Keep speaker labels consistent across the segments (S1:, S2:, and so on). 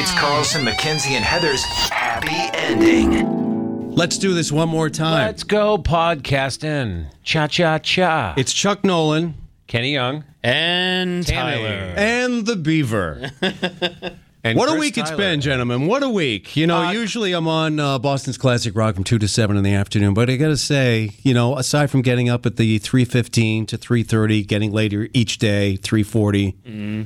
S1: It's Carlson, McKenzie, and Heather's happy ending.
S2: Let's do this one more time.
S3: Let's go podcasting. Cha cha cha.
S2: It's Chuck Nolan
S3: Kenny Young.
S4: And
S3: Tammy.
S4: Tyler.
S2: and the Beaver.
S3: And
S2: what a
S3: Chris
S2: week it's
S3: Tyler.
S2: been, gentlemen. What a week. You know, usually I'm on uh, Boston's Classic Rock from 2 to 7 in the afternoon, but I got to say, you know, aside from getting up at the 3.15 to 3.30, getting later each day, 3.40,
S3: Mm-hmm.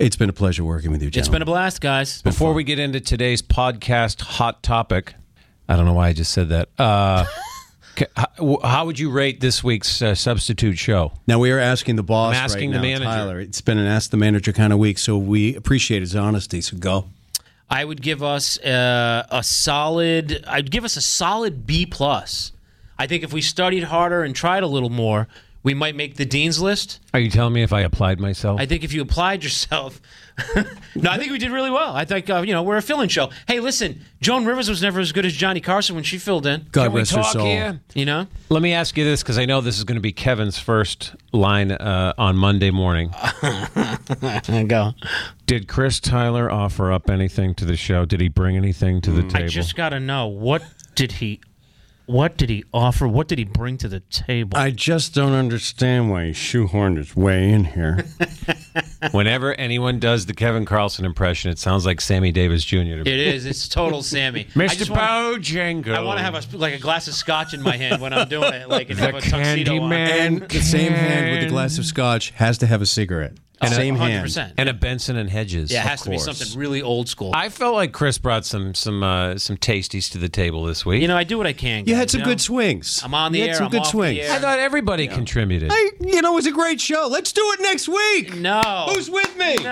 S2: it's been a pleasure working with you,
S4: It's been
S2: gentlemen.
S4: a blast, guys.
S3: Before we get into today's podcast hot topic, I don't know why I just said that. Uh, c- h- w- how would you rate this week's uh, substitute show?
S2: now, we are asking the boss
S3: I'm asking
S2: right
S3: the
S2: now,
S3: manager.
S2: Tyler. It's been an Ask the Manager kind of week, so we appreciate his honesty, so go.
S4: I would give us uh, a solid. I'd give us a solid B plus. I think if we studied harder and tried a little more, we might make the dean's list.
S3: Are you telling me if I applied myself?
S4: I think if you applied yourself, no, I think we did really well. I think uh, you know we're a fill-in show. Hey, listen, Joan Rivers was never as good as Johnny Carson when she filled in.
S2: God
S3: Can we
S2: rest her
S3: talk
S2: soul.
S3: here?
S4: You know,
S3: Let me ask you this because I know this is going to be Kevin's first line uh, on Monday morning.
S4: go.
S3: Did Chris Tyler offer up anything to the show? Did he bring anything to the table?
S4: Mm. I just got to know what did he, what did he offer? What did he bring to the table?
S2: I just don't understand why he shoehorned his way in here.
S3: Whenever anyone does the Kevin Carlson impression, it sounds like Sammy Davis Jr. to me.
S4: it is. It's total Sammy. I
S3: Mr.
S4: just wanna-
S3: Bojangle.
S4: I want to have a, like a glass of scotch in my hand when I'm doing it, like and
S3: The
S4: have a tuxedo
S3: Candyman.
S4: on.
S2: and the same hand with the
S3: can-
S2: glass of scotch has to have a cigarette.
S4: Oh,
S2: same hand.
S4: 100%.
S3: and a Benson and Hedges.
S4: Yeah, it
S3: of
S4: has to be
S3: course.
S4: something really old school.
S3: I felt like Chris brought some some uh, some tasties to the table this week.
S4: you know, I do what I can.
S2: You
S4: guys,
S2: had some
S4: know?
S2: good swings.
S4: I'm on the
S2: you had
S4: air,
S2: Some
S4: I'm
S2: good
S4: off the
S2: swings.
S4: air.
S3: I thought everybody contributed.
S2: Hey, you know, it was a great show. Let's do it next week.
S4: No.
S2: Who's with me?
S4: No,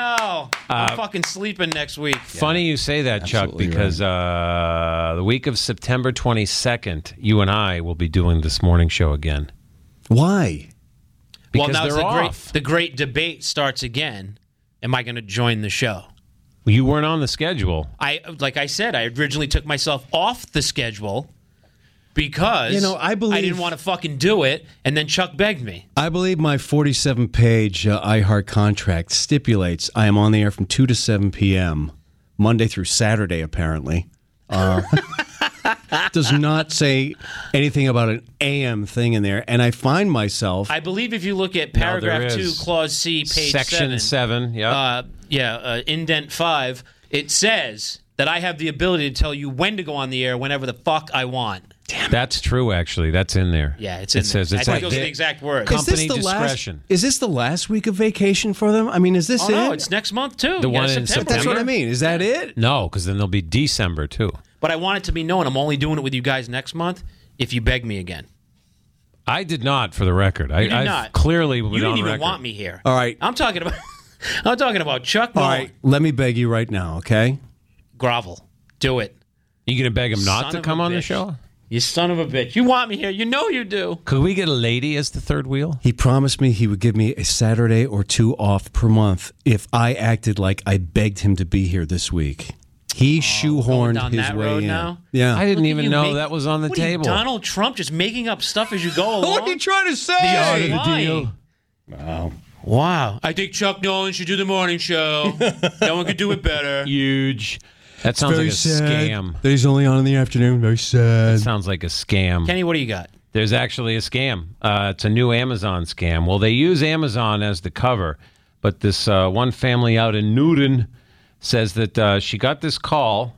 S3: Uh,
S4: I'm fucking sleeping next week.
S3: Funny you say that, Chuck, because uh, the week of September 22nd, you and I will be doing this morning show again.
S2: Why?
S3: Because
S4: well, now
S3: they're
S4: the
S3: off.
S4: great the great debate starts again. Am I going to join the show?
S3: you weren't on the schedule.
S4: I like I said, I originally took myself off the schedule because
S2: You know, I believe-
S4: didn't want to fucking do it, and then Chuck begged me.
S2: I believe my 47 page uh, iHeart contract stipulates I am on the air from 2 to 7 p.m., Monday through Saturday, apparently. Uh, does not say anything about an AM thing in there. And I find myself.
S4: I believe if you look at
S3: No, there
S4: paragraph two,
S3: is.
S4: clause C, page
S3: Section
S4: seven,
S3: seven. yeah.
S4: uh, yeah, uh, indent five, it says that I have the ability to tell you when to go on the air whenever the fuck I want.
S3: That's true, actually. That's in there.
S4: Yeah, it's
S3: it
S4: in
S3: says
S4: there.
S3: it's
S4: I
S3: like
S4: think those are the exact words.
S3: Is
S2: this
S3: company
S2: the
S3: discretion.
S2: Last, is this the last week of vacation for them? I mean, is this
S4: Oh
S2: it?
S4: no, it's next month too.
S3: The
S4: You got
S3: one in
S4: September.
S2: That's what I
S4: remember?
S2: mean. Is that it?
S3: no, because then there'll be December too.
S4: But I want it to be known. I'm only doing it with you guys next month if you beg me again.
S3: I did not, for the record. I,
S4: You did
S3: I've
S4: not.
S3: clearly
S4: You didn't even want me here.
S2: All right.
S4: I'm talking about. I'm talking about Chuck.
S2: All
S4: Nolan.
S2: right, let me beg you right now, okay?
S4: grovel. Do it.
S3: You gonna beg him not
S4: Son
S3: to
S4: of
S3: come
S4: a
S3: on the
S4: bitch.
S3: show?
S4: You son of a bitch. You want me here. You know you do.
S3: Could we get a lady as the third wheel?
S2: He promised me he would give me a Saturday or two off per month if I acted like I begged him to be here this week. He
S4: going
S2: shoehorned
S4: down
S2: his
S4: that
S2: way
S4: road
S2: in.
S4: now?
S2: Yeah.
S3: I didn't
S4: Look at
S3: even
S4: you
S3: know
S4: make-
S3: that was on the
S4: What are you,
S3: table.
S4: Donald Trump just making up stuff as you go along.
S2: what are you trying to say?
S4: The art of
S3: The
S4: Lying.
S3: deal.
S4: wow. I think Chuck Nolan should do the morning show. no one could do it better.
S3: Huge. That sounds like a scam.
S2: That he's only on in the afternoon. Very sad.
S3: Sounds like a scam.
S4: Kenny, what do you got?
S3: There's actually a scam. Uh, it's a new Amazon scam. Well, they use Amazon as the cover, but this uh, one family out in Newton says that uh, she got this call.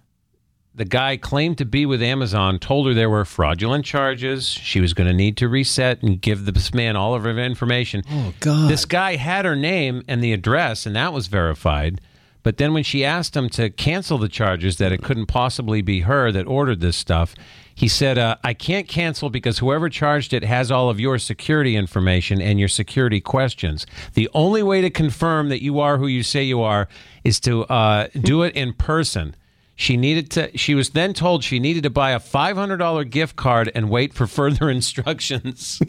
S3: The guy claimed to be with Amazon, told her there were fraudulent charges. She was going to need to reset and give this man all of her information.
S2: Oh, God.
S3: This guy had her name and the address, and that was verified. But then when she asked him to cancel the charges, that it couldn't possibly be her that ordered this stuff, he said, uh, I can't cancel because whoever charged it has all of your security information and your security questions. The only way to confirm that you are who you say you are is to uh, do it in person. She needed to. She was then told she needed to buy a five hundred dollar gift card and wait for further instructions.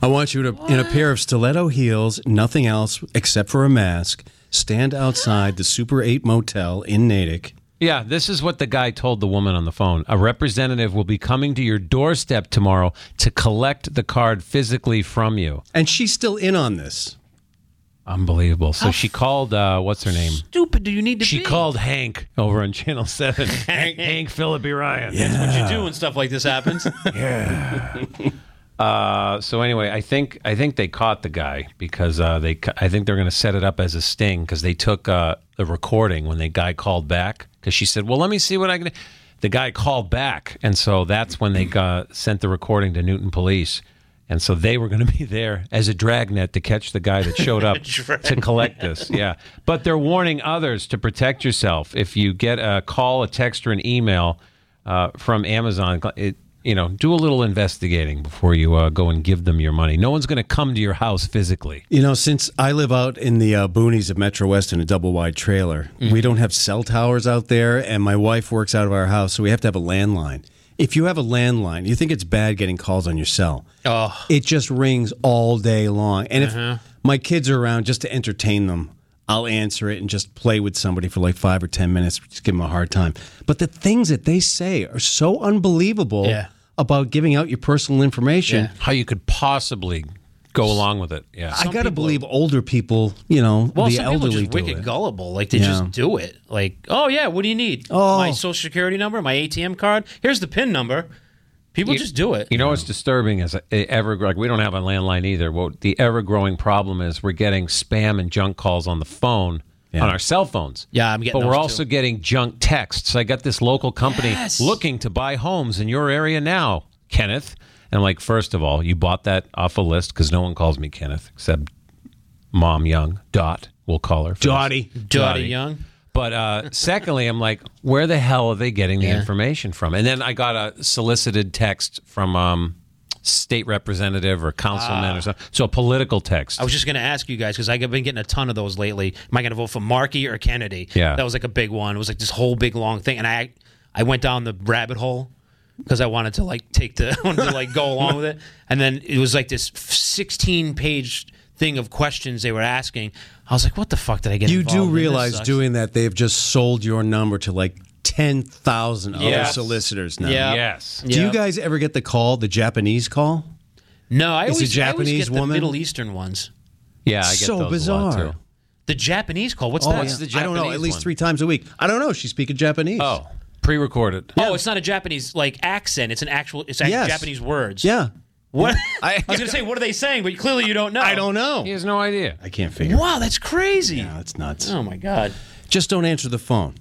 S2: I want you to, in a pair of stiletto heels, nothing else except for a mask, stand outside the Super 8 Motel in Natick.
S3: Yeah, this is what the guy told the woman on the phone. A representative will be coming to your doorstep tomorrow to collect the card physically from you.
S2: And she's still in on this.
S3: Unbelievable. So she called, uh, what's her name?
S4: Stupid. Do you need to
S3: She
S4: be?
S3: called Hank over on Channel 7. Hank, Hank Philippi Ryan.
S4: That's what you do when stuff like this happens.
S3: Uh, so anyway, I think I think they caught the guy because uh, they ca- I think they're going to set it up as a sting because they took uh, the recording when the guy called back because she said, "Well, let me see what I can." do." The guy called back, and so that's when they got, sent the recording to Newton Police, and so they were going to be there as a dragnet to catch the guy that showed up to collect this. Yeah, but they're warning others to protect yourself if you get a call, a text, or an email uh, from Amazon. It, you know, do a little investigating before you uh, go and give them your money. No one's going to come to your house physically.
S2: You know, since I live out in the uh, boonies of Metro West in a double wide trailer,
S4: Mm-hmm.
S2: we don't have cell towers out there, and my wife works out of our house, so we have to have a landline. If you have a landline, you think it's bad getting calls on your cell.
S4: Oh.
S2: It just rings all day long. And
S4: Uh-huh.
S2: if my kids are around just to entertain them, I'll answer it and just play with somebody for like five or 10 minutes, just give them a hard time. But the things that they say are so unbelievable
S4: Yeah.
S2: about giving out your personal information.
S4: Yeah.
S3: How you could possibly go along with it? Yeah.
S2: I gotta believe older people, you know,
S4: Well,
S2: the
S4: some
S2: elderly
S4: people just
S2: do
S4: wicked
S2: it.
S4: gullible. Like they
S2: Yeah.
S4: just do it. Like, oh yeah, what do you need?
S2: Oh.
S4: my social security number, my ATM card. Here's the PIN number. People just do it.
S3: You know what's disturbing is uh, ever like we don't have a landline either. What the ever growing problem is we're getting spam and junk calls on the phone on our cell phones.
S4: Yeah, I'm getting
S3: But we're
S4: those,
S3: also
S4: too.
S3: getting junk texts. I got this local company
S4: Yes.
S3: looking to buy homes in your area now, Kenneth. And I'm like, first of all, you bought that off a list because no one calls me Kenneth except Mom Young Dot. We'll call her for this.
S2: Dottie.
S4: Dottie Young.
S3: But uh, secondly, I'm like, where the hell are they getting the information from? And then I got a solicited text from um, state representative or councilman or something. So a political text.
S4: I was just going to ask you guys because I've been getting a ton of those lately. Am I going to vote for Markey or Kennedy?
S3: Yeah.
S4: that was like a big one. It was like this whole big long thing, and I I went down the rabbit hole because I wanted to like take the I wanted to like go along with it, and then it was like this 16 page thing of questions they were asking. I was like, what the fuck did I get?
S2: You
S4: involved in?
S2: do
S4: This
S2: realize
S4: sucks.
S2: doing that they've just sold your number to like ten thousand other
S3: Yes.
S2: solicitors now.
S4: Yeah.
S3: yes.
S2: Do
S4: Yeah.
S2: you guys ever get the call, the Japanese call?
S4: No,
S2: It's a
S4: I always, I always
S2: Japanese
S4: get the
S2: woman?
S4: Middle Eastern ones.
S3: Yeah, I get
S2: So
S3: those A
S2: bizarre.
S3: lot too.
S4: The Japanese call.
S2: Oh,
S4: What's that?
S3: yeah. the
S2: I don't know.
S3: Japanese
S2: At least
S3: one?
S2: three times a week. I don't know. She's speaking Japanese.
S3: Oh, pre-recorded.
S4: Oh, it's not a Japanese like accent. It's an actual. It's actually
S2: Yes.
S4: Japanese words.
S2: yeah.
S4: What?
S2: I-
S4: I, was gonna say, what are they saying? But clearly, you don't know.
S2: I don't know.
S3: He has no idea.
S2: I can't figure.
S4: Wow, that's crazy.
S2: it out. It's nuts.
S4: Oh my god.
S2: Just don't answer the phone.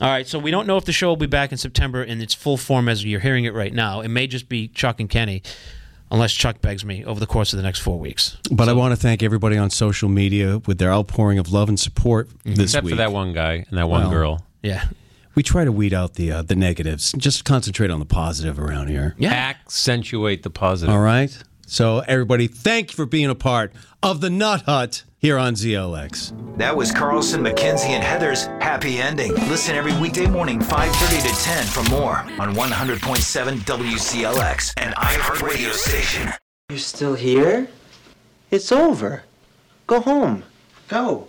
S4: All right, so we don't know if the show will be back in September in its full form as you're hearing it right now. It may just be Chuck and Kenny, unless Chuck begs me over the course of the next four weeks.
S2: But I want to thank everybody on social media with their outpouring of love and support this
S3: Except
S2: week.
S3: for that one guy and that one girl.
S4: Yeah.
S2: We try to weed out the uh, the negatives. Just concentrate on the positive around here.
S4: Yeah.
S3: Accentuate the positive.
S2: All right. So everybody, thank you for being a part of the Nut Hut here on ZLX.
S1: That was Carlson, McKenzie, and Heather's Happy Ending. Listen every weekday morning, 5.30 to 10 for more on 100.7 WCLX and iHeartRadio station.
S5: You're still here? It's over. Go home. Go.